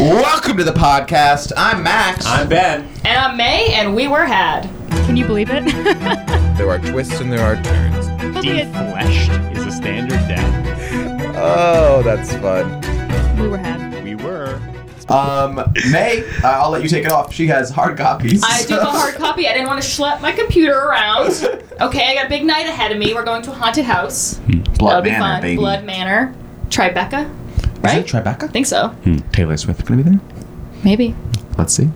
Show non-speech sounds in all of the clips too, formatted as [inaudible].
Welcome to the podcast. I'm Max. I'm Ben. And I'm May, and we were had. Can you believe it? there are twists and there are turns. Defleshed is a standard death. Oh, that's fun. we were had. We were. Um, May, uh, I'll let you take it off. She has hard copies. I do have a [laughs] hard copy. I didn't want to schlep my computer around. Okay, I got a big night ahead of me. We're going to a haunted house. That'll Hmm. Blood be Manor, fun. baby. Blood Manor. Tribeca? Right? Is it Tribeca? I think so. Taylor Swift gonna be there? Maybe. Let's see.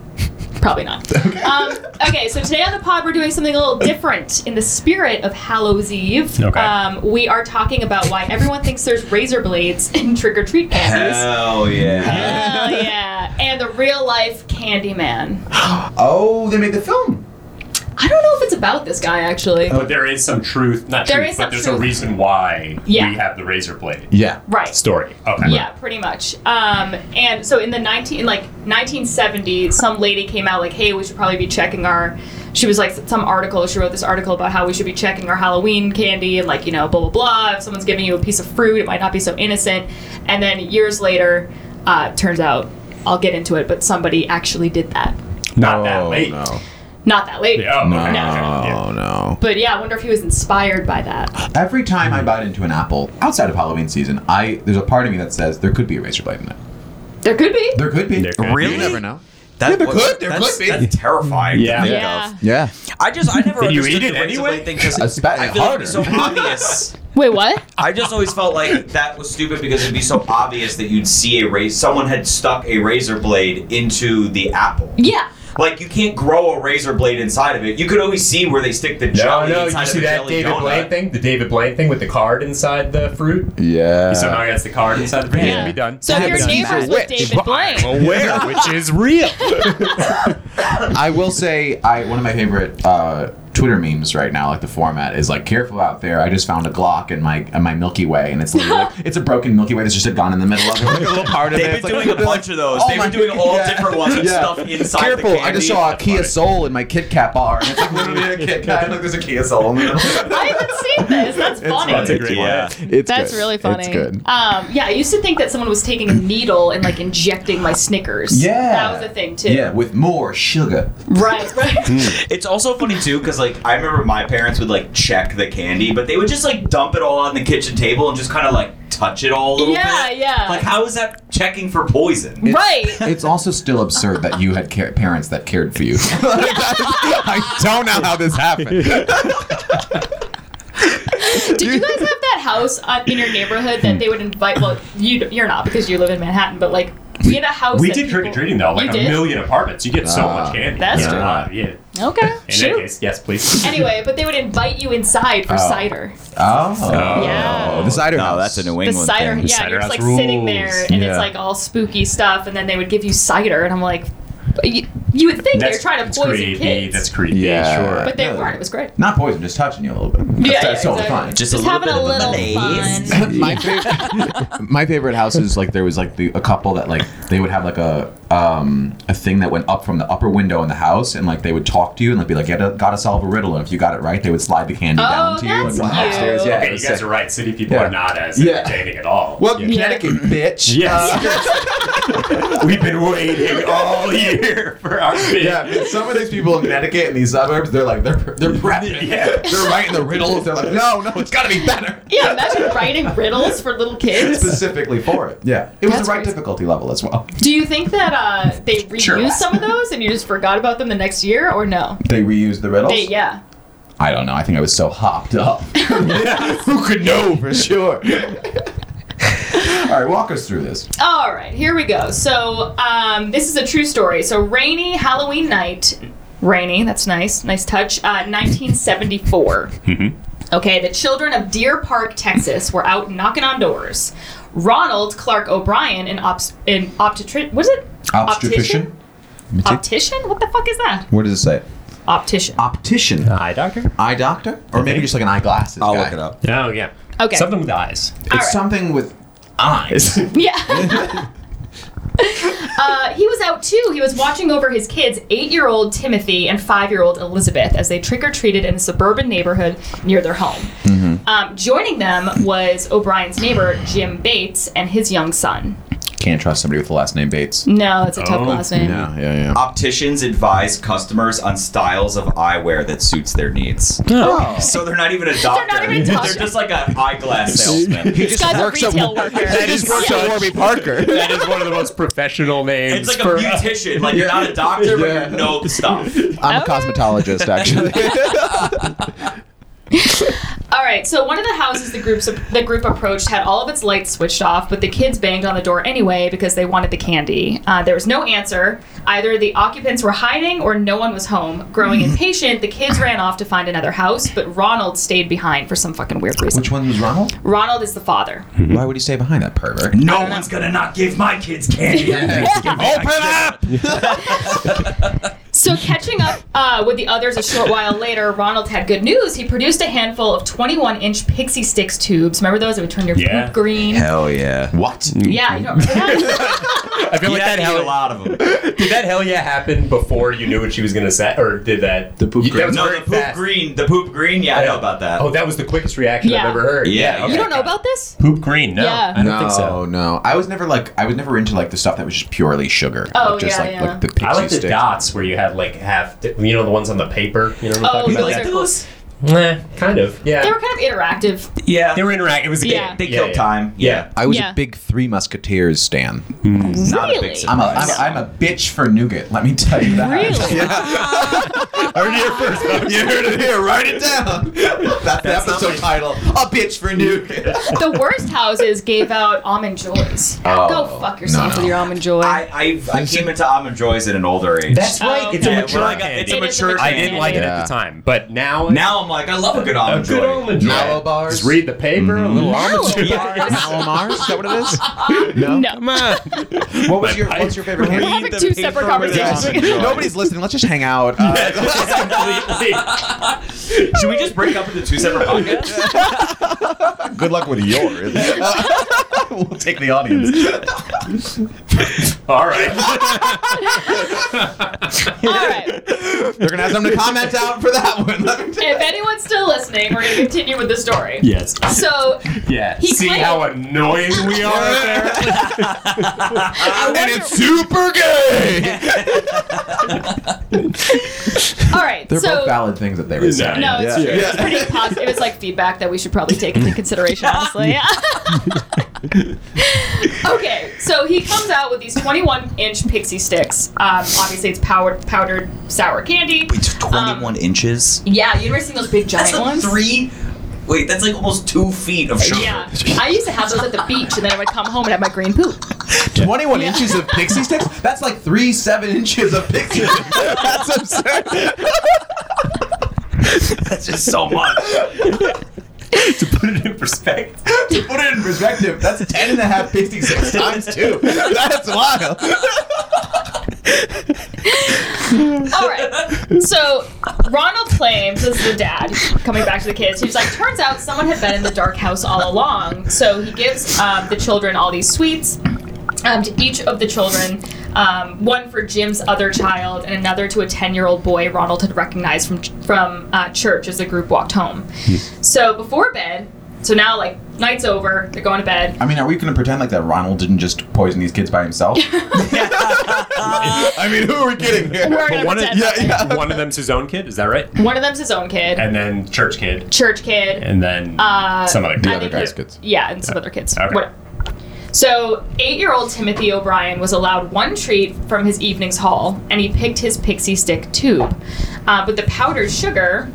Probably [laughs] not. um, okay, so today on the pod, we're doing something a little different in the spirit of Hallows Eve. Okay. Um, we are talking about why everyone thinks there's razor blades in trick or treat candies. Hell yeah. Hell yeah. And the real life Candyman. Oh, they made the film. I don't know if it's about this guy, Oh, actually. But Oh, there is some truth. Not There truth, is but some there's a truth. reason why Yeah. we have the razor blade. Yeah. right. Story. Okay. Yeah, pretty much. Um, and so in the nineteen like nineteen seventy, some lady came out like, "Hey, we should probably be checking our." She was like some article. She wrote this article about how we should be checking our Halloween candy and like you know blah blah blah. If someone's giving you a piece of fruit, it might not be so innocent. And then years later, uh, turns out I'll get into it, but somebody actually did that. Not that late. Not that lady. Yeah, oh, okay. Oh, no. But yeah, I wonder if he was inspired by that. Every time I bite into an apple outside of Halloween season, I there's a part of me that says there could be a razor blade in it. There could be. There could be. There could Really? You never know. That Yeah, there was- could- there that's- could be. That's terrifying. to Yeah. think Yeah. of. Yeah. I just I never Did you understood eat it the razor anyway? blade thing because I spat I it feel like it's so harder. [laughs] obvious. Wait, what? I just always felt like that was stupid because it'd be so obvious that you'd see a razor. Someone had stuck a razor blade into the apple. Yeah. Like you can't grow a razor blade inside of it. You could always see where they stick the No, jelly no, inside you of see a that jelly David donut. Blaine thing? The David Blaine thing with the card inside the fruit? Yeah. He somehow gets the card inside the fruit. Uh, Yeah. It can be done. So if your neighbor's with David Blaine. Aware, which is real. I will say, I one of my favorite uh, Twitter memes right now, like the format is like careful out there. I just found a Glock in my in my Milky Way, and it's [laughs] literally like, it's a broken Milky Way. There's just a gun in the middle of it, like a little part of it. They've It's been like, doing a bunch of those. Oh They've my been doing all God. different ones with Yeah. stuff inside Careful! the candy. I just saw a Kia Soul in my Kit Kat bar, and it's like literally a Kit Kat. Look, there's a Kia Soul. In there. I haven't seen this. That's funny. That's a great Yeah. one. [laughs] It's That's good. really funny. It's good. Um, yeah, I used to think that someone was taking a needle and like injecting my Snickers. Yeah. that was a thing too. Yeah, with more sugar. right, [laughs] Hmm. right. It's also funny too because like I remember my parents would like check the candy, but they would just like dump it all on the kitchen table and just kind of like touch it all a little Yeah, bit. yeah. Like how is that checking for poison? right. It's also still absurd that you had care- parents that cared for [laughs] you. [laughs] I don't know how this [laughs] happened. Did you guys have that house uh, in your neighborhood Hmm. that they would invite? Well, you you're not because you live in Manhattan, but like we had a [laughs] house. We that did people- trick or treating though, like you a did? million apartments. You get so Ah, much candy. that's yeah. true. Uh, yeah. Okay, In that shoot. case, yes, please. Anyway, but they would invite you inside for Oh. cider. Oh, the Yeah. cider. house. The cider, yeah, Cider you're just house like sitting there, rules. and it's Yeah. like all spooky stuff, and then they would give you cider, and I'm like, you, you would think they're trying that's to poison creepy. kids, That's creepy. Yeah. Sure. but they No. weren't. It was great. Not poison, just touching you a little bit. That's, yeah, that's totally exactly. [laughs] fine. Just, Just a little having bit a of little [laughs] malaise. fun. my favorite, [laughs] my favorite houses like there was like the, a couple that like they would have like a um a thing that went up from the upper window in the house and like they would talk to you and like be like gotta gotta solve a riddle and if you got it right they would slide the candy Oh, down to you that's like, cute. upstairs yeah it Okay, you was guys sick. are right. City people Yeah. are not as Yeah. entertaining at all. welcome [laughs] [laughs] Yeah. Connecticut bitch Yes. Uh, [laughs] We've been waiting all year for our big. yeah but some of these people in Connecticut in these suburbs they're like they're they're prepping Yeah. they're writing the riddles they're like no no it's gotta be better Yeah, imagine writing riddles for little kids. specifically for it yeah it was That's the right crazy. difficulty level as well Do you think that uh, they reused Sure. some of those and you just forgot about them the next year, or no? they reused the riddles They, yeah. I don't know. I think I was so hopped [laughs] up. Who could know for sure? All right, walk us through this. All right, here we go. So um, this is a true story. So rainy Halloween night, rainy. That's nice, nice touch. Uh, 1974. Okay, the children of Deer Park, Texas, were out knocking on doors. Ronald Clark O'Brien, an, obs- an obstetric, was it Obstetrician. Optician? What the fuck is that? What does it say? Uh, Optician. Optician. Eye doctor? eye doctor, or maybe just like an eyeglasses. I'll guy. look it up. Oh, yeah. Okay. Something with eyes. It's All right. something with eyes. [laughs] Yeah. [laughs] uh, he was out too. He was watching over his kids, eight year old Timothy and five year old Elizabeth, as they trick or treated in a suburban neighborhood near their home. Um, joining them was O'Brien's neighbor, Jim Bates, and his young son. can't trust somebody with the last name Bates. No, it's a tough Oh, last name. Yeah, yeah, yeah. Opticians advise customers on styles of eyewear that suits their needs. So they're not even a doctor. not even doctors. They're just like an eyeglass salesman. He This guy's a retail worker. He just works at Warby [laughs] Parker. that is one of the most professional names It's like for a beautician. Like you're not a doctor, but Yeah. you know the stuff. I'm a Okay. cosmetologist, actually. All right, so one of the houses the group the group approached had all of its lights switched off, but the kids banged on the door anyway because they wanted the candy. Uh, there was no answer. Either the occupants were hiding or no one was home. [laughs] Growing impatient, the kids ran off to find another house, but Ronald stayed behind for some fucking weird [laughs] reason. Which one Hmm. was Ronald? Ronald is the father. Why would he stay behind that pervert? No one's gonna not give my kids candy. Open up! [laughs] So, catching up uh, with the others a short while later, Ronald had good news. He produced a handful of 21 inch pixie sticks tubes. Remember those that would turn your Yeah. poop green? Hell yeah. What? Yeah, you don't remember that? I feel You like that have to eat a hell lot of them. did that hell yeah happen before you knew what she was gonna say or did that The poop you- green. that was No, very the poop fast. green. The poop green. Yeah, I know about that. Oh, that was the quickest reaction I've Yeah. ever heard. Yeah, [laughs] you don't know about this? poop green. No, Yeah. I don't no, think so. no. I was never like I was never into like the stuff that was just purely sugar. Oh, like, just yeah, like, yeah. like the pixie I like the sticks. dots where you had like half, you know, the ones on the paper. You know what I'm Oh, talking You about? those like are- those? Nah, kind of. Yeah, They were kind of interactive. Yeah. They were interacting. It was a Yeah. game. They killed yeah. time. Yeah. I was Yeah. a big Three Musketeers stan. Not a Really? big I'm a, surprise. I'm, a, I'm a bitch for nougat. Let me tell you that. [laughs] Heard it [laughs] Really? here first. folks. [laughs] You heard it here. Write it down. That's the episode title. Oh, A bitch for nougat. the worst houses gave out almond joys. Oh, Go fuck yourself no, no. with your almond joy. I, I, I came into almond joys at an older age. That's right. it's okay. a yeah, mature when I got, candy. it's It is a a mature mature I candy. didn't like it Yeah. at the time, but now Now I'm like, I love a good a almond good joy. almond joy. Mallow bars. Just read the paper. A little almond joy. Mallow Mars? Is that what it is? No. no. What was My your pipe. What's your favorite candy? We're having two separate conversations. Nobody's listening. Let's just hang out. Uh, Should we just break up into two separate podcasts? good luck with yours. [laughs] we'll take the audience. [laughs] All right. All right. They're gonna have something to comment [laughs] out for that one. Let me tell If anyone's still listening, we're going to continue with the story. yes. So, Yeah. He See claimed- how annoying we are up there. I you. And wonder, it's super gay. all right. They're so, both valid things that they were saying. No, it's Yeah. true. It's pretty positive. It was like feedback that we should probably take into consideration, honestly. Yeah. [laughs] okay, so he comes out with these 21 inch pixie sticks. Um, obviously, it's powdered, powdered sour candy. It's 21 inches. Yeah, you ever seen those big giant Um, That's like ones? three. Wait, that's like almost two feet of sugar. Yeah, I used to have those at the beach, and then I would come home and have my green poop. 21 Yeah. inches of pixie sticks? That's like three, seven inches of pixie [laughs] sticks. That's absurd. [laughs] That's just so [laughs] much. [laughs] to put it in perspective. to put it in perspective, that's 10 and a half pixie sticks times two. That's wild. [laughs] All right. So Ronald claims this is the dad coming back to the kids. He's like, turns out someone had been in the dark house all along. So he gives um, the children all these sweets um, to each of the children. Um, one for Jim's other child, and another to a ten-year-old boy Ronald had recognized from from uh, church as the group walked home. Hmm. so before bed, so now like night's over, they're going to bed. I mean, are we going to pretend like that Ronald didn't just poison these kids by [laughs] himself? [gasps] I mean, who are we kidding here? We're gonna One of, pretend. nothing. one of them's his own kid. Is that right? One of them's his own kid, And then church kid. church kid, And then Uh, some other kid. I think guy's you- kids. Yeah, and some other kids. Okay. What- So, eight-year-old Timothy O'Brien was allowed one treat from his evening's haul, and he picked his pixie stick tube. Uh, but the powdered sugar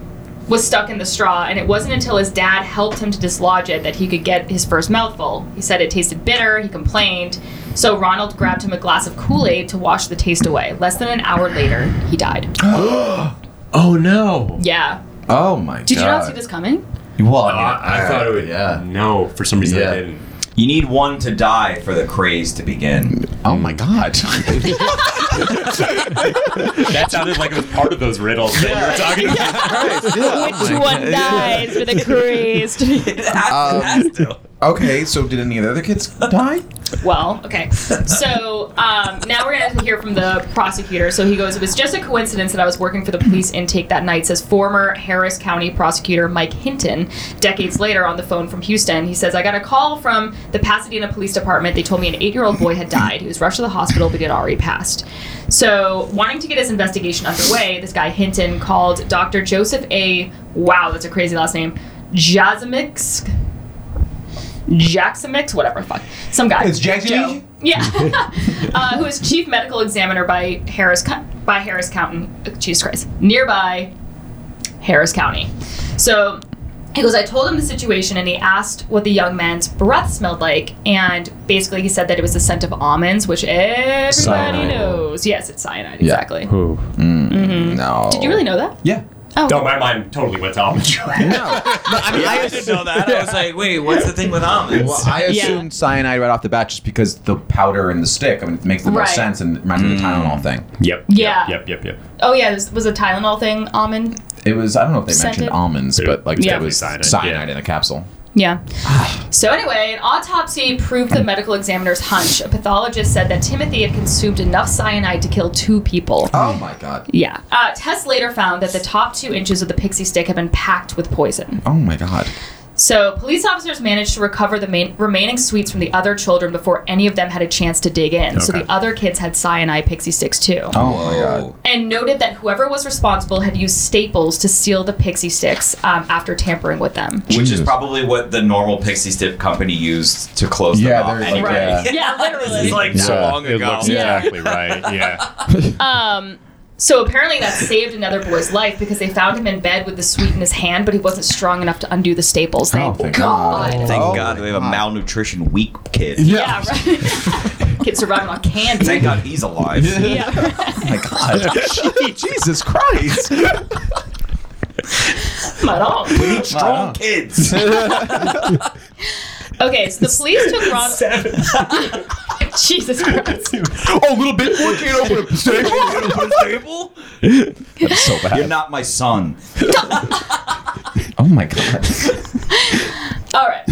was stuck in the straw, and it wasn't until his dad helped him to dislodge it that he could get his first mouthful. He said it tasted bitter. He complained. So Ronald grabbed him a glass of Kool-Aid to wash the taste away. Less than an hour later, he died. Oh no. Yeah. Oh my Did god. you not see this coming? Well, Uh, I, mean, Uh, I, I thought it would. Yeah. No, for some reason Yeah. I didn't. You need one to die for the craze to begin. Oh my god. [laughs] That sounded like it was part of those riddles that you were talking about. [laughs] Oh [laughs] Which one dies with a crazed? Um, [laughs] It has, it has to. Um, Okay, so did any of the other kids die? Well, okay. So um, now we're going to hear from the prosecutor. So he goes, It was just a coincidence that I was working for the police intake that night, says former Harris County prosecutor Mike Hinton. Decades later, on the phone from Houston, he says, I got a call from the Pasadena Police Department. They told me an eight year old boy had died. He was rushed to the hospital, but he had already passed. So, wanting to get his investigation underway, this guy Hinton called Dr. Joseph A. Wow, that's a crazy last name. Jazimix. Jaximix, whatever the fuck. Some guy. It's Jack- Joe. Yeah. [laughs] uh, who is chief medical examiner by Harris Co- by Harris County, Jesus Christ, nearby Harris County. So he goes, I told him the situation and he asked what the young man's breath smelled like. And basically, he said that it was the scent of almonds, which everybody Cyanide. knows. Yes, it's cyanide, Yeah. exactly. No. Mm-hmm. Did you really know that? Yeah. Oh, No, my mind totally went to [laughs] almond No. I mean, Yeah, I didn't know that. I was like, wait, what's the thing with almonds? Well, I [laughs] Yeah. assumed cyanide right off the bat just because the powder and the stick. I mean, it makes the most Right. sense and reminds me of the Tylenol thing. Yep. Yeah. Yep. Yep. Yep. oh yeah, this was a Tylenol thing, almond. It was I don't know if they Scented? mentioned almonds, It- but like it's it definitely was cyanide, cyanide, yeah. in the capsule. Yeah. so anyway, an autopsy proved the medical examiner's hunch. A pathologist said that Timothy had consumed enough cyanide to kill two people. Oh my god. Yeah. Uh, tests later found that the top two inches of the pixie stick had been packed with poison. Oh my god. So police officers managed to recover the main, remaining sweets from the other children before any of them had a chance to dig in. So Okay. the other kids had cyanide pixie sticks too. Oh my god. And noted that whoever was responsible had used staples to seal the pixie sticks um, after tampering with them. Which is Jesus. probably what the normal pixie stick company used to close Yeah, them off. they're like, anyway. yeah. [laughs] Yeah, literally. This is like so long it ago. looks Yeah. exactly [laughs] right. [laughs] Yeah. Um, so apparently that saved another boy's life because they found him in bed with the sweet in his hand, but he wasn't strong enough to undo the staples. Oh, Thank thank God. God. Thank Oh God my we have a God. malnutrition weak kid. Yeah, right. [laughs] Kids surviving on candy. Thank God he's alive. [laughs] Yeah. Oh my god. [laughs] Gee, Jesus Christ. Right on. Strong [laughs] kids. Okay, so the police took [laughs] Ron. Seven. [laughs] Jesus Christ. oh, little bit more can't open a [laughs] Stable? That's so You're bad. not my son. Oh my [laughs] god. All right.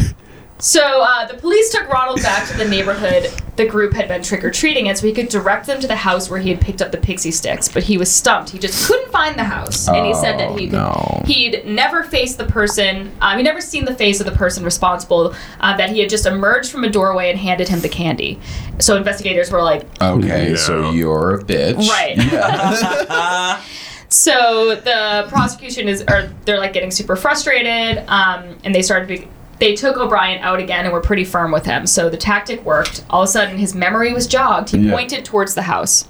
So uh, the police took Ronald back to the neighborhood the group had been trick or treating in, so he could direct them to the house where he had picked up the pixie sticks. But he was stumped; he just couldn't find the house, and he said that Oh, he no. he'd never faced the person, um, he'd never seen the face of the person responsible. Uh, that he had just emerged from a doorway and handed him the candy. So investigators were like, Okay, Yeah. so you're a bitch. Right. Yeah. [laughs] So the prosecution is, or they're like getting super frustrated, um, and they started. Be- they took O'Brien out again and were pretty firm with him. So the tactic worked. All of a sudden, his memory was jogged. He Yeah. pointed towards the house.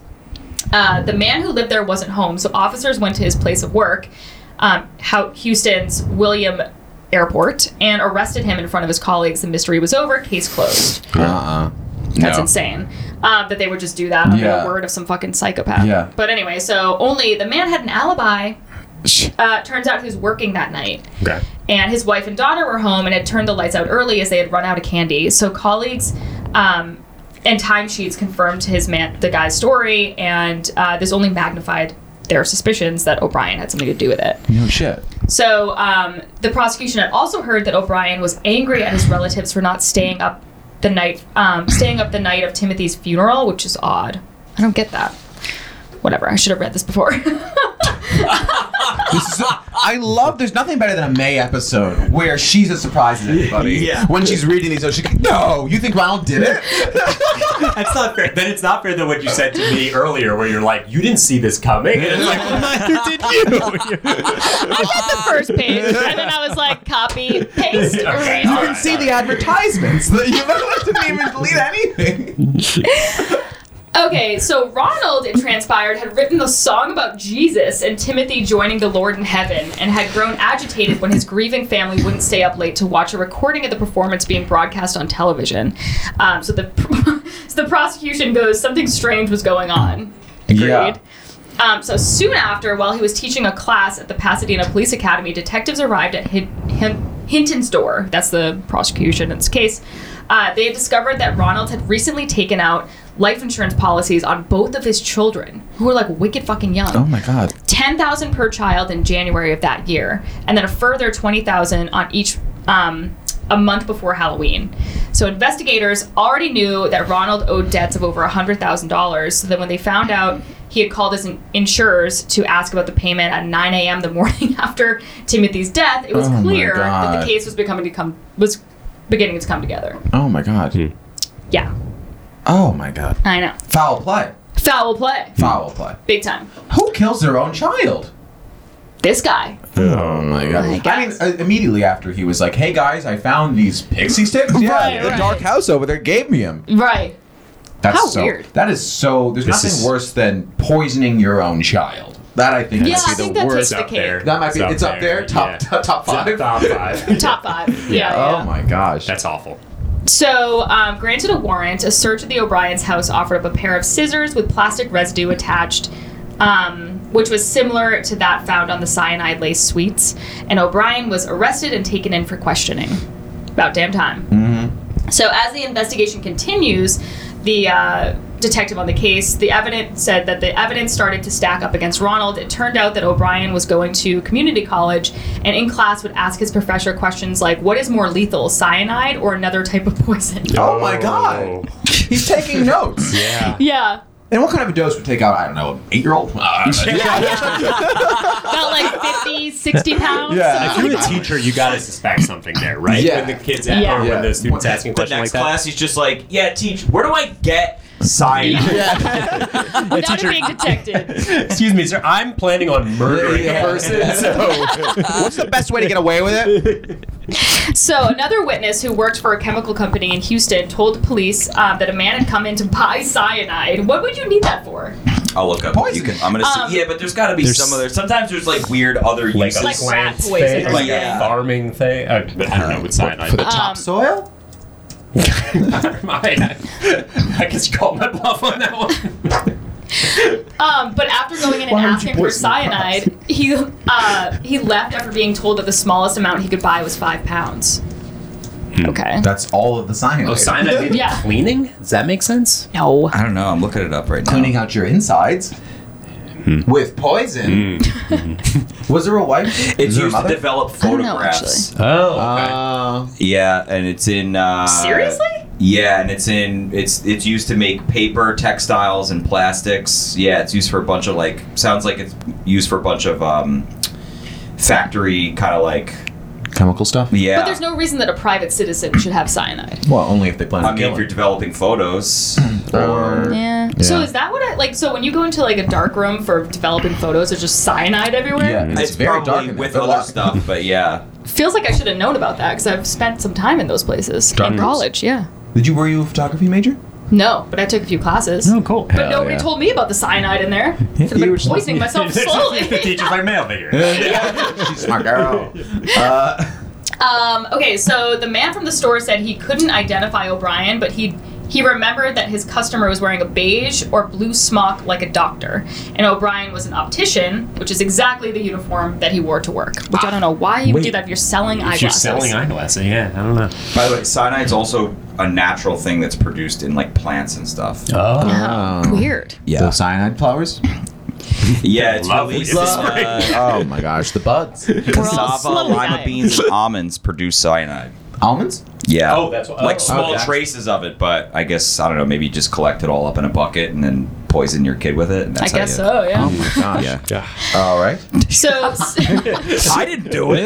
Uh, the man who lived there wasn't home, so officers went to his place of work, um, how Houston's William Airport, and arrested him in front of his colleagues. The mystery was over. Case closed. uh-uh. That's No. insane. Um, that they would just do that under Yeah. the word of some fucking psychopath. Yeah. But anyway, so only the man had an alibi. Shh. Uh, turns out he was working that night, Okay. and his wife and daughter were home and had turned the lights out early as they had run out of candy. So colleagues um, and timesheets confirmed his man the guy's story, and uh, this only magnified their suspicions that O'Brien had something to do with it. No shit. So um, the prosecution had also heard that O'Brien was angry at his relatives for not staying up the night, um, staying up the night of Timothy's funeral, which is odd. I don't get that. Whatever. I should have read this before. [laughs] This is- I love. There's nothing better than a May episode where she's as surprised as anybody. Yeah. When she's reading these, oh, she's like, "No, you think Ronald did it?" That's not fair. Then it's not fair than what you said to me earlier, where you're like, you didn't see this coming. And it's like, well, neither did you. I got the first page, and then I was like, copy, paste, Okay, erase. You didn't see the advertisements. You didn't even delete anything. Okay, so Ronald, it transpired, had written the song about Jesus and Timothy joining the Lord in heaven, and had grown agitated when his grieving family wouldn't stay up late to watch a recording of the performance being broadcast on television. Um, so the [laughs] so the prosecution goes, something strange was going on. Agreed. Yeah. Um, so soon after, while he was teaching a class at the Pasadena Police Academy, detectives arrived at Hin- Hin- Hinton's door. That's the prosecution in this case. Uh, they had discovered that Ronald had recently taken out life insurance policies on both of his children, who were like wicked fucking young. Oh my god. 10,000 per child in January of that year, and then a further 20,000 on each um, a month before Halloween. So investigators already knew that Ronald owed debts of over $100,000. So then when they found out he had called his in- insurers to ask about the payment at 9 a.m. the [laughs] morning after Timothy's death, it was Oh my clear that the God. case was becoming to come was beginning to come together. Oh my god. Yeah, Oh my god. Hmm. I know. Foul play. Foul play, Foul play. big time. Who kills their own child? This guy. Oh my god. my I mean, God. uh, immediately after he was like, "Hey guys, I found these pixie sticks. Yeah, Right, the right. dark house over there gave me them. Right. That's How so, weird. That is so. There's This nothing is- worse than poisoning your own child. That I think. Yeah, is I the think that worst. takes the up there. cake. That might be. It's up there. Top yeah. top, top five. Top five. [laughs] [laughs] Top five. Yeah. Oh yeah. my gosh. That's awful. So, um, granted a warrant, a search of the O'Brien's house offered up a pair of scissors with plastic residue attached, um, which was similar to that found on the cyanide lace sweets. And O'Brien was arrested and taken in for questioning. About damn time. So, as the investigation continues, the uh, detective on the case, the evidence said that the evidence started to stack up against Ronald. It turned out that O'Brien was going to community college and in class would ask his professor questions like, What is more lethal, cyanide or another type of poison? Oh my god. He's [laughs] taking notes. [laughs] Yeah. Yeah. And what kind of a dose would take out? I don't know, an eight-year-old. [laughs] Uh, [laughs] [laughs] About like 50, 60 pounds. Yeah. If you're a teacher, you gotta suspect something there, right? Ah. Yeah. When the kids at, Yeah. or Yeah. when the students asking The questions next like that. class, he's just like, yeah, teach. Where do I get cyanide? [laughs] Without teacher- it being detected. Excuse me, sir. I'm planning on murdering Yeah. a person, [laughs] so What's the best way to get away with [laughs] it? So, another witness who worked for a chemical company in Houston told police um, that a man had come in to buy cyanide. What would you need that for? I'll look up. Poison. You can, I'm gonna. Um, see, yeah, but there's got to be There's- some other. Sometimes there's like weird other uses. Like Like, rat plants poison. thing, like Yeah. a farming thing. Uh, I don't know with cyanide. For the Um, topsoil? I, [laughs] I guess you called my bluff on that one. Um, but after going in and Why would you asking poison for the cyanide, he uh, he left after being told that the smallest amount he could buy was five pounds. Hmm. Okay. That's all of the cyanide. oh, cyanide needed Yeah. cleaning? Does that make sense? No. I don't know. I'm looking it up right now. Cleaning out your insides with Hmm. poison. Was there a wife? Hmm. Was It's there a used to mother? develop don't know, photographs. Oh, Uh, yeah, and it's in. Uh, Seriously? Yeah, and it's in. It's it's used to make paper, textiles, and plastics. Yeah, it's used for a bunch of like. Sounds like it's used for a bunch of um, factory kind of like. chemical stuff. Yeah. But there's no reason that a private citizen should have cyanide. Well, only if they plan I on mean, if you're killing. [clears throat] developing photos, or Yeah. So Yeah. is that what I like? So when you go into like a dark room for developing photos, there's just cyanide everywhere. Yeah, it's, it's, very probably dark in there. with Good other luck. stuff. But yeah. Feels like I should have known about that because I've spent some time in those places Dark in rooms. college. Yeah. [laughs] Did you were you a photography major? No, but I took a few classes. oh, cool. But nobody told me about the cyanide in [laughs] there. I've You been were just- [laughs] [laughs] poisoning myself the slowly. teacher's like male [laughs] figure. She's my girl. Uh, Um, okay, so the man from the store said he couldn't identify O'Brien, but he he remembered that his customer was wearing a beige or blue smock like a doctor, and O'Brien was an optician, which is exactly the uniform that he wore to work. Which I don't know why you would do Wait. that if you're selling If eyeglasses. you're selling eyeglasses, yeah, I don't know. By the way, cyanide's also a natural thing that's produced in like plants and stuff. [laughs] Oh, Oh. Weird. Yeah. The cyanide flowers. Yeah, it's Love released it. in, Love it. uh, oh my gosh, the buds, all cassava, slowly lima dying. [laughs] beans, and almonds produce cyanide. almonds. Yeah. Oh, that's what- like oh. small Okay. traces of it, but I guess I don't know. Maybe you just collect it all up in a bucket and then poison your kid with it. And I that's how guess you- so. Yeah. my Oh gosh. Yeah. All right. [laughs] So [laughs] [laughs] I didn't do it.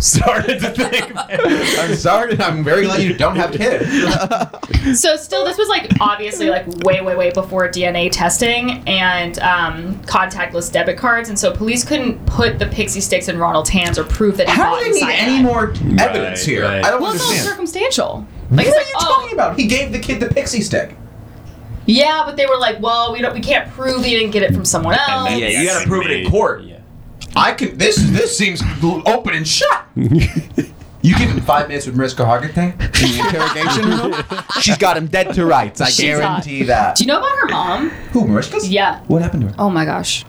started to think. man. I'm sorry. I'm very glad you don't have kids. So still, this was like obviously like way, way, way before DNA testing and um, contactless debit cards, and so police couldn't put the pixie sticks in Ronald's hands or prove that. he How bought do they need cyanide. any more evidence here? right. I don't Well, it's all understand. circumstantial. Like, it's what like, are you oh, talking about? He gave the kid the pixie stick. Yeah, but they were like, well, we don't, we can't prove you didn't get it from someone else. Yeah, you gotta Yes, prove it in indeed. court. Yeah. I could. This this seems open and shut. You give him five minutes with Mariska Hargitay in the interrogation room. She's got him dead to rights. I She's guarantee that. Do you know about her mom? Who Mariska's? Yeah. What happened to her? Oh my gosh.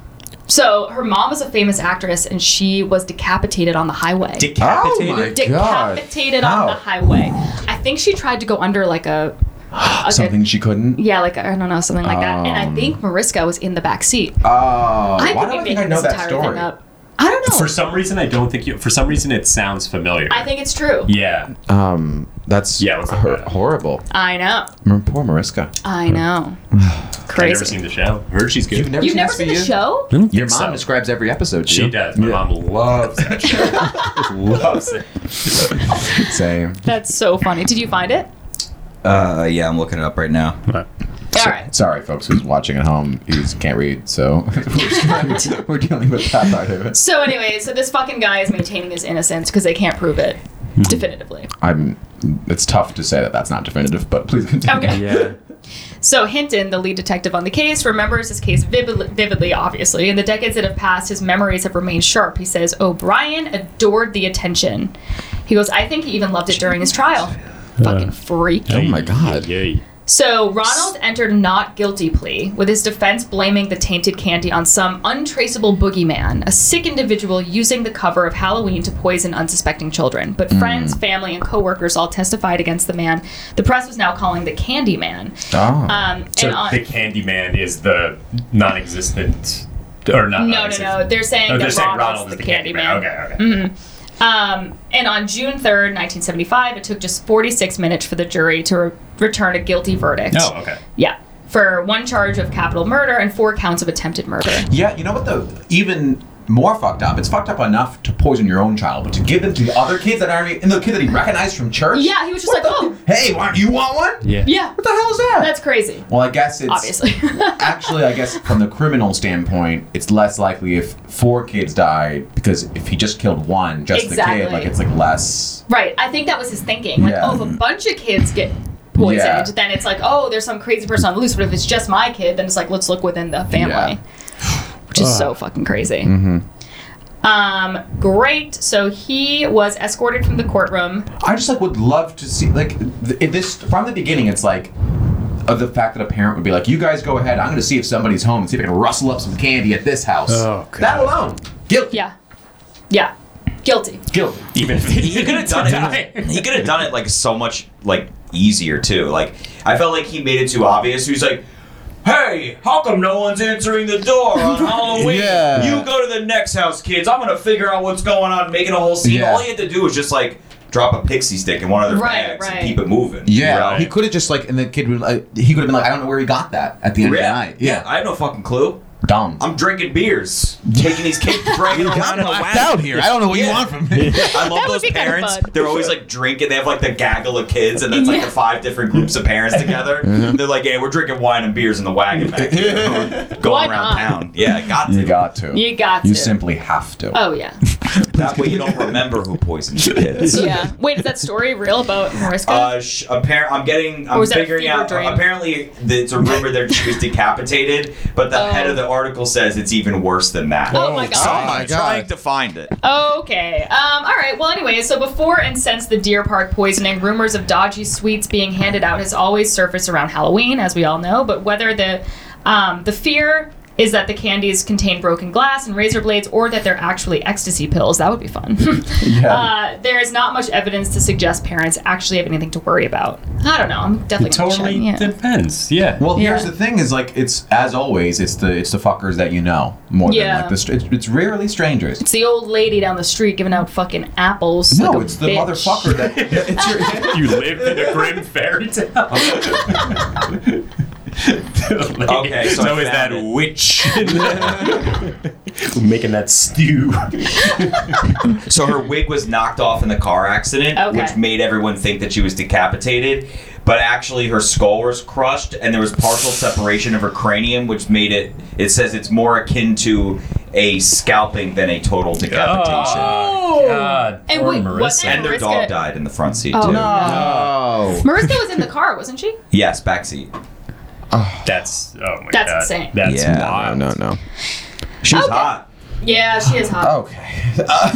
So her mom was a famous actress, and she was decapitated on the highway. Decapitated. Oh my god. decapitated How? on the highway. I think she tried to go under like a. a Something she couldn't. Yeah, like I don't know, something like that. And I Um, think Mariska was in the back seat. Oh, I why could do I think I be making know this that entire story? thing up. I don't know. For some reason, I don't think you. For some reason, it sounds familiar. I think it's true. yeah. Um, that's Yeah, let's look hor- that up. horrible. I know. Mar- Poor Mariska. I know. I've never Crazy. seen the show. Heard she's good. never You've never seen the show? don't Your think mom so. describes every episode. She you? does. My mom loves that show. Oh loves it. [laughs] Same. That's so funny. Did you find it? Uh, yeah, I'm looking it up right now. All right. Sorry, folks, who's watching at home. He can't read, so [laughs] [laughs] we're, we're dealing with that part of it. So anyway, so this fucking guy is maintaining his innocence because they can't prove it Hmm. definitively. I'm. It's tough to say that that's not definitive, but please continue. Okay. Yeah. So Hinton, the lead detective on the case, remembers his case vividly, vividly, obviously. In the decades that have passed, his memories have remained sharp. He says O'Brien adored the attention. He goes, I think he even loved it during his trial. Fucking freak. Oh my God. Yay. So Ronald entered not guilty plea, with his defense blaming the tainted candy on some untraceable boogeyman, a sick individual using the cover of Halloween to poison unsuspecting children. But Mm. friends, family, and coworkers all testified against the man. The press was now calling the Candy Man. [laughs] Oh. Um, Ah. So and on, the Candyman is the non-existent, or not? no, no, no. They're saying Oh, that they're saying Ronald's Ronald is the, the Mm-hmm. Candyman. Candy Okay, Man. okay. Um, and on June 3rd, 1975, it took just 46 minutes for the jury to re- return a guilty verdict. No, Oh, okay. Yeah. For one charge of capital murder and four counts of attempted murder. Yeah, you know what though? Even more fucked up. It's fucked up enough to poison your own child, but to give them to the other kids that aren't even- and the kid that he recognized from church. Yeah, he was just What like, the- Hey, why don't you want one? Yeah. Yeah. What the hell is that? That's crazy. well, I guess it's Obviously. [laughs] actually, I guess from the criminal standpoint, it's less likely if four kids died because if he just killed one, just the kid, Exactly. like it's like less. right. I think that was his thinking. Like, Yeah. oh, if a bunch of kids get poisoned, Yeah. then it's like, oh, there's some crazy person on the loose. But if it's just my kid, then it's like, let's look within the family. Which is so fucking crazy. Mm-hmm. Um, great. So he was escorted from the courtroom. I just like would love to see like th- it- this from the beginning. It's like of the fact that a parent would be like, "You guys go ahead. I'm going to see if somebody's home and see if I can rustle up some candy at this house." Oh, God. That alone, guilty, Yeah. Yeah. Guilty. guilty. Even [laughs] if he could have done it. He could have done it like so much like easier too. Like I felt like he made it too obvious. He was like, "Hey, how come no one's answering the [laughs] door on Halloween? Yeah. You go to the next house, kids. I'm gonna figure out what's going on, making a whole scene. Yeah. All he had to do was just like drop a pixie stick in one of their Right, bags right. and keep it moving. Yeah, You know? he could have just like, and the kid would like, he could have been like, "I don't know where he got that." At the end Yeah. of the night, yeah, I have no fucking clue. dumb. I'm drinking beers, taking these kids [laughs] dragging them around. blacked out here. I don't know what you want from [laughs] me. I love That would those be kinda parents. fun. They're always like drinking. They have like the gaggle of kids, and it's like Yeah. the five different groups of [laughs] parents together. Mm-hmm. They're like, "Hey, we're drinking wine and beers in the wagon back here, [laughs] We're Why going around not? town." Yeah, got to. you got to. You got You to. simply have to. oh, [laughs] yeah. that way you don't remember who poisoned your kids. [laughs] Yeah. Wait, is that story real about Mariska? Uh, sh- appar- I'm getting. I'm was that a figuring fever out. dream? Apparently, th- it's a rumor that she was decapitated, but the Oh. head of the article says it's even worse than that. Oh my So God. Oh my I'm God. trying to find it. Okay. Um, all right. Well, anyway, so before and since the Deer Park poisoning, rumors of dodgy sweets being handed out has always surfaced around Halloween, as we all know. But whether the um, the fear is that the candies contain broken glass and razor blades, or that they're actually ecstasy pills, that would be fun. [laughs] uh, there is not much evidence to suggest parents actually have anything to worry about. I don't know. I'm definitely It gonna totally check, yeah. depends. Yeah. Well, here's Yeah. the thing: is like it's as always, it's the it's the fuckers that you know more Yeah. than like the str- it's, it's rarely strangers. It's the old lady down the street giving out fucking apples. No, like a it's the bitch. motherfucker [laughs] that it's your you live in a grim fairy [laughs] tale. Okay, so I is that found it. [laughs] witch making that stew? So her wig was knocked off in the car accident, Okay. which made everyone think that she was decapitated. But actually, her skull was crushed, and there was partial separation of her cranium, which made it. It says it's more akin to a scalping than a total decapitation. Oh. God, And poor wait, Marissa. and their Mariska- dog died in the front seat Oh, too. [laughs] Oh. Mariska was in the car, wasn't she? Yes, back seat. That's oh my That's god. insane. That's Yeah, no, wild. no. She was hot. Yeah, she is Oh, hot. Okay.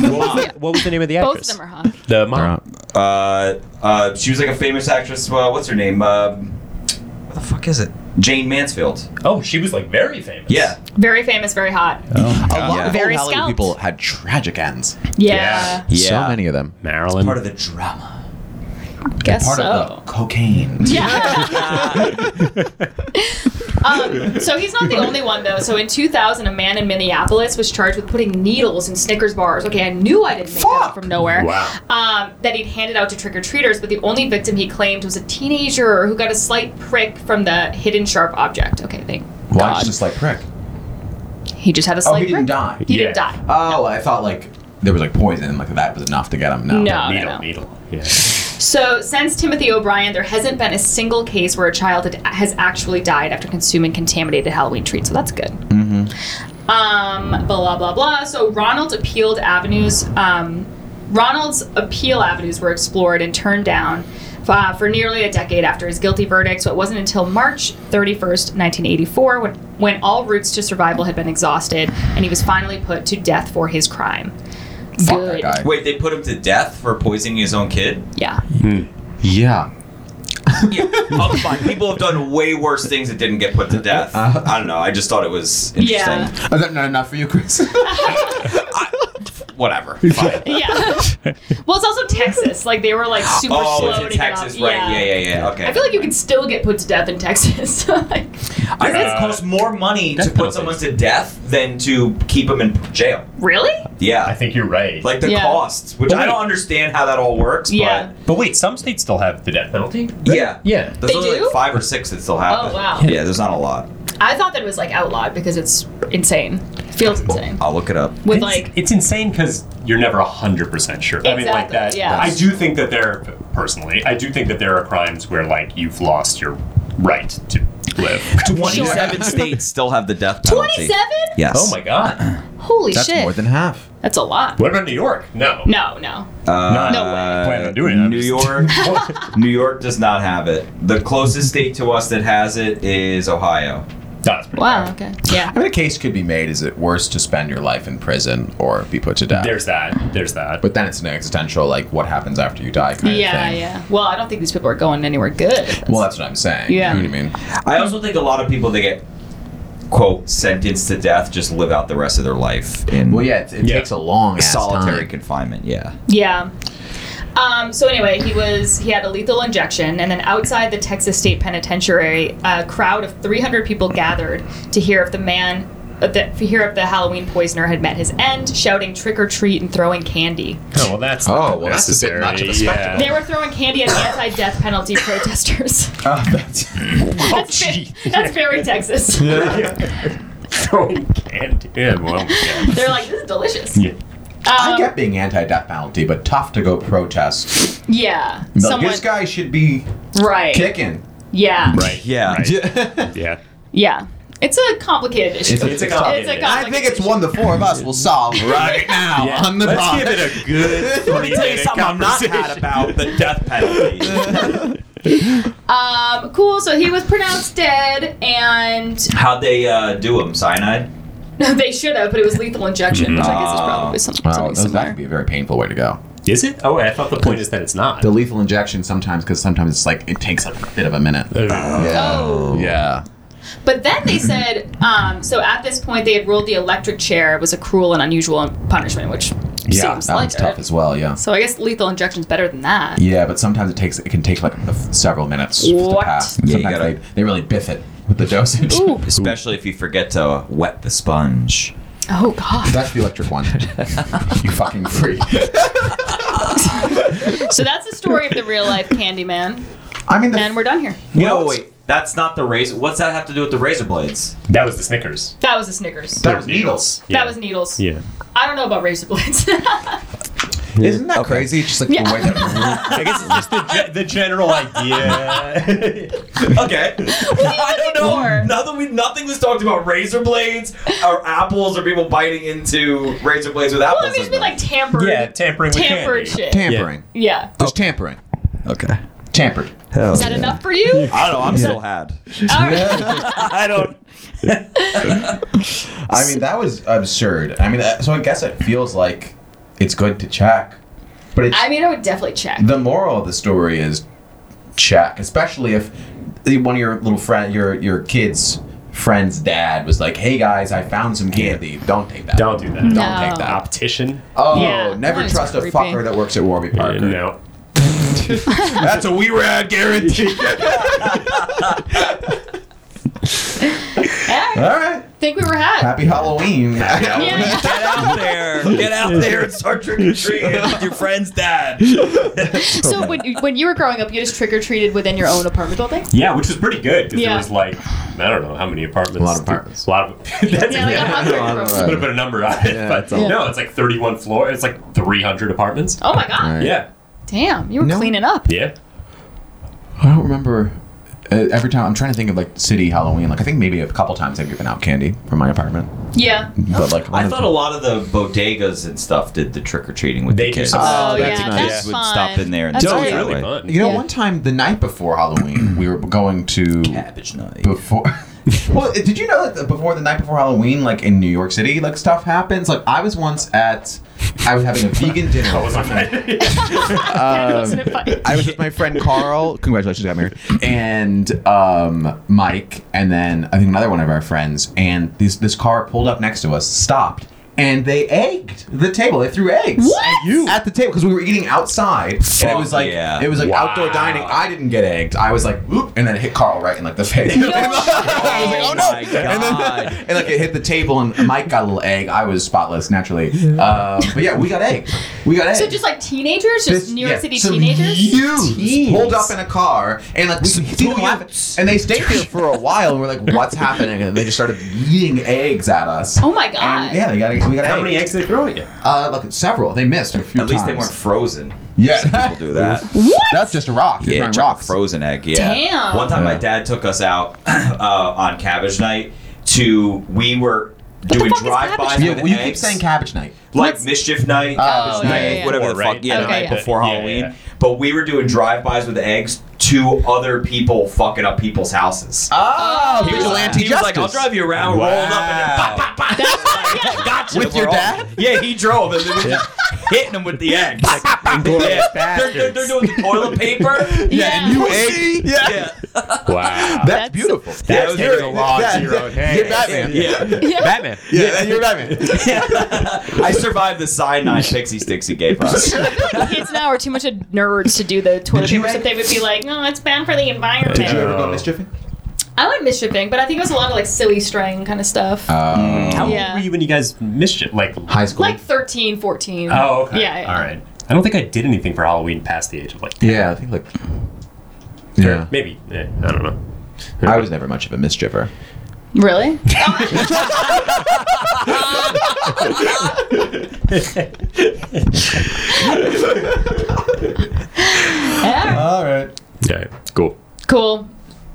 What was, the, what was the name of the actress? Both of them are hot. The mom. Uh, uh, she was like a famous actress. Uh, what's her name? Uh, what the fuck is it? Jane Mansfield. Oh, she was like very famous. Yeah. Very famous, very hot. A lot Yeah. of Very old Hollywood scalped. people had tragic ends. Yeah. So many of them. [laughs] Marilyn. Part of the drama. guess Part so. of the cocaine. [laughs] Yeah. [laughs] um, so he's not the only one though. So in 2000, a man in Minneapolis was charged with putting needles in Snickers bars. Okay, I knew I didn't make that up from nowhere. Wow. Um, that he'd handed out to trick or treaters, but the only victim he claimed was a teenager who got a slight prick from the hidden sharp object. Okay, thank Why God. just like prick? He just had a Oh, slight he prick. didn't die. He Yeah. didn't die. Oh, I thought like there was like poison, like that was enough to get him. No. [laughs] No. needle, no. needle. Yeah. So, since Timothy O'Brien, there hasn't been a single case where a child had, has actually died after consuming contaminated Halloween treats. So that's good. Mm-hmm. Um, blah blah blah. So Ronald's appealed avenues, um, Ronald's appeal avenues were explored and turned down uh, for nearly a decade after his guilty verdict. So it wasn't until March 31st, 1984, when when all routes to survival had been exhausted, and he was finally put to death for his crime. Fuck that Good. guy. Wait, they put him to death for poisoning his own kid? Yeah. [laughs] Hmm. Yeah. [laughs] Yeah. Oh, fine. People have done way worse things that didn't get put to death. I don't know. I just thought it was interesting. Yeah. Oh, that- no, not for you, [laughs] Chris. Whatever. Fine. Yeah. well, it's also Texas. Like they were like super Oh, slow it's to in get Texas, off- right? Yeah, yeah, yeah. Okay. I feel like you can still get put to death in Texas. [laughs] like, I think it costs more money to Death put penalties. someone to death than to keep them in jail. really? I Yeah. think you're right. Like the Yeah. costs, which But I wait. don't understand how that all works, Yeah. but wait, some states still have the death penalty. but yeah. Yeah. There's They only do? like five or six that still happen. Oh, wow. Yeah, there's not a lot. I thought that it was like outlawed because it's insane. It feels insane. I'll look it up. With it's, like it's insane because you're never hundred percent sure. I mean, like Exactly, that. yeah. I do think that there, personally, I do think that there are crimes where like you've lost your right to live. 27 states still have the death penalty. 27? Yes. Oh my god. Holy That's shit. more than half. That's a lot. What about New York? No. No, no. Uh, No way. Plan on doing it. I'm New just- [laughs] York, New York does not have it. The closest state to us that has it is Ohio. That's pretty Wow, bad. okay. Yeah. I mean, a case could be made: is it worse to spend your life in prison or be put to death? There's that. There's that. but then it's an existential, like, what happens after you die kind of Yeah, thing. yeah. Well, I don't think these people are going anywhere good. Well, that's what I'm saying. Yeah. You know what I mean? I also think a lot of people that get quote sentenced to death just live out the rest of their life in Well, yeah, it, it Yeah. takes a long solitary solitary. confinement. Yeah. Yeah. Um, so anyway, he was he had a lethal injection, and then outside the Texas State Penitentiary, a crowd of 300 people gathered to hear if the man, uh, the, to hear if the Halloween poisoner had met his end, shouting "trick or treat" and throwing candy. Oh well, that's Oh, not well, that's a bit necessary. much of a yeah. spectacle. They were throwing candy at anti-death [laughs] penalty protesters. [laughs] Oh, that's, [laughs] that's, ve- [laughs] that's very Texas. [laughs] Oh, Throwing candy. Yeah, well, yeah. They're like, "This is delicious." Yeah. I Um, get being anti-death penalty, but tough to go protest. yeah. Like, Someone. this guy should be right. kicking. Yeah. Right. Yeah. Right. [laughs] I Yeah. Yeah. It's a complicated issue. It's a- It's a complicated It's a issue. complicated think it's one the four of us will [laughs] solve right now Yeah. on the Let's pod. give it a good Let three me tell you minute something I'm not mad conversation. [laughs] about the death penalty. Um, cool. So he was pronounced dead, and [laughs] [laughs] How'd they uh, do him? Cyanide? they should have, but it was lethal injection, which I guess is probably some, Well, something those- that similar. could be a very painful way to go. Is it? Oh, I thought the point is that it's not. The lethal injection sometimes, because sometimes it's like it takes a bit of a minute. Oh. Yeah. But then they said, um, so at this point they had ruled the electric chair was a cruel and unusual punishment, which Yeah, seems that like one's tough it. as well. Yeah. So I guess lethal injection's better than that. Yeah, but sometimes it takes it can take like a f- several minutes to What? pass. Yeah, you sometimes gotta- they, they really biff it with the dosage. Ooh. Especially if you forget to wet the sponge. Oh [laughs] god. That's the electric [laughs] one. you fucking freak. [laughs] So that's the story of the real life Candyman, I mean, the and we're done here. No, wait. That's not the razor. What's that have to do with the razor blades? That was the Snickers. That was the Snickers. that was needles. Yeah. That was needles. Yeah. I don't know about razor blades. [laughs] Isn't that crazy? It's just like Yeah. the way [laughs] that. I guess it's just the, ge- the general idea. [laughs] Okay. [laughs] I don't know. More. Nothing, we, nothing was talked about razor blades or apples or people biting into razor blades with apples. well, I mean, it's been in them. like tampered, yeah, tampering with tampered candy. shit. Tampering. yeah. There's tampering. okay. [laughs] Tampered. Is that enough for you? I don't know. I'm still had. All right. I don't. I mean, that was absurd. I mean, uh, so I guess it feels like it's good to check, but it's, I mean, I would definitely check. the moral of the story is check, especially if one of your little friend, your your kid's friend's dad was like, "Hey guys, I found some candy. Don't take that. Don't do that. Don't No. take that." Optician. Uh, Oh, Yeah, never that is trust a creepy. fucker that works at Warby Parker. No. [laughs] That's a we rad guarantee. All right. think we were had. Happy Halloween. Yeah, [laughs] yeah. Get out there. Get [laughs] out there and start trick or treating with your friend's dad. So when you, when you were growing up, you just trick or treated within your own apartment building. Yeah, which was pretty good because Yeah. there was like I don't know how many apartments. A lot of apartments. A lot of. [laughs] that's Yeah, like a hundred. Yeah. Put a bit of number on it, Yeah, but it's a lot. no, it's like 31 floor. It's like 300 apartments. Oh my god! Right. Yeah, Damn, you were No. cleaning up. yeah. I don't remember. Uh, every time I'm trying to think of like city Halloween. Like I think maybe a couple times I've given out candy from my apartment, Yeah. but like I thought a lot of the bodegas and stuff did the trick or treating with They the do kids. some- Oh, Oh, that's yeah, nice. that's would fun. stop in there and That's do That it was great. that really way. fun. [laughs] You know, Yeah. one time the night before Halloween, we were going to Cabbage night. before. [laughs] well, did you know that the- before the night before Halloween, like in New York City, like stuff happens. Like I was once at, I was having a [laughs] vegan dinner. I was Uh, Wasn't it [laughs] funny? I was with my friend Carl. [laughs] Congratulations, got married. And um, Mike, and then I think another one of our friends. And this this car pulled up next to us, stopped, and they egged the table. They threw eggs. At you at the table because we were eating outside, and it was like yeah. it was like outdoor Wow. dining. I didn't get egged. I was like, whoop, and then it hit Carl right in like the face. I was like, [laughs] oh no! my And, God. then, [laughs] and like it hit the table, and Mike got a little egg. I was spotless naturally, um, but yeah, we got egg. We got egg. So just like teenagers, just This- New York yeah, City some teenagers. Youths Teens. pulled up in a car and like we could see them laughing. and they stayed there for a while and we're like, what's happening? And they just started yeeting eggs at us. Oh my god! And yeah, they got we got How eggs. many eggs did they throw at you? Uh, look, several. They missed a few At least they times. weren't frozen. Yeah, [laughs] People [laughs] do that. that's just a rock. You're throwing drop a rocks. frozen egg. Yeah. Damn. One time, my Yeah. dad took us out [clears throat] uh, on Cabbage Night to we were doing fuck is drive-by Cabbage Yeah, with well, you keep eggs, saying cabbage night. like What's- Mischief Night, Oh, Cabbage yeah, Night, yeah, yeah. whatever Before, the fuck. right? Yeah, Okay, the night yeah. before Yeah, yeah, Halloween. yeah. But we were doing drive-bys with eggs to other people fucking up people's houses. Oh, He was like- vigilante he was like, I'll justice. drive you around, Wow. rolled up, and then pop, pop, pop. [laughs] Gotcha, With your bro. dad? Yeah, he drove and then was just hitting him [laughs] with the eggs. Inglorious yeah. they're, they're, they're doing the toilet paper. [laughs] Yeah. You egg? Yeah. Yeah. Wow. That's, That's- beautiful. That's taking a lot yeah, to your own yeah, You're Batman. Yeah. Batman. Yeah, you're Batman. I survived the cyanide pixie sticks he [laughs] gave us. [laughs] Kids now are too much of nerds to do the toilet Did you paper stuff. egg? They would be like, "No, it's bad for the environment." Did you ever go No. mischiefing? I went mischieving, but I think it was a lot of like silly string kind of stuff. [laughs] How [laughs] Um, Yeah. old were you when you guys missed it? Like, high school. like 13, 14. oh, okay. Yeah, yeah. All right. I don't think I did anything for Halloween past the age of like, yeah, I think like. Yeah. maybe. Eh, I don't know. I was never much of a mischiever. Really? [laughs] Yeah. All right. [laughs] Yeah. Cool. Cool.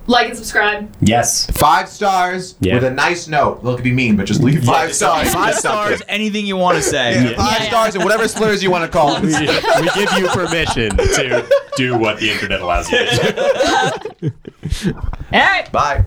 Like and subscribe. Yes. Five stars Yeah. with a nice note. Look, be mean, but just leave five stars. Five Just stars, something. anything you want to say. Yeah, five Yeah. stars and whatever slurs you want to call [laughs] we, it. we give you permission to do what the internet allows you to do. All right. Bye.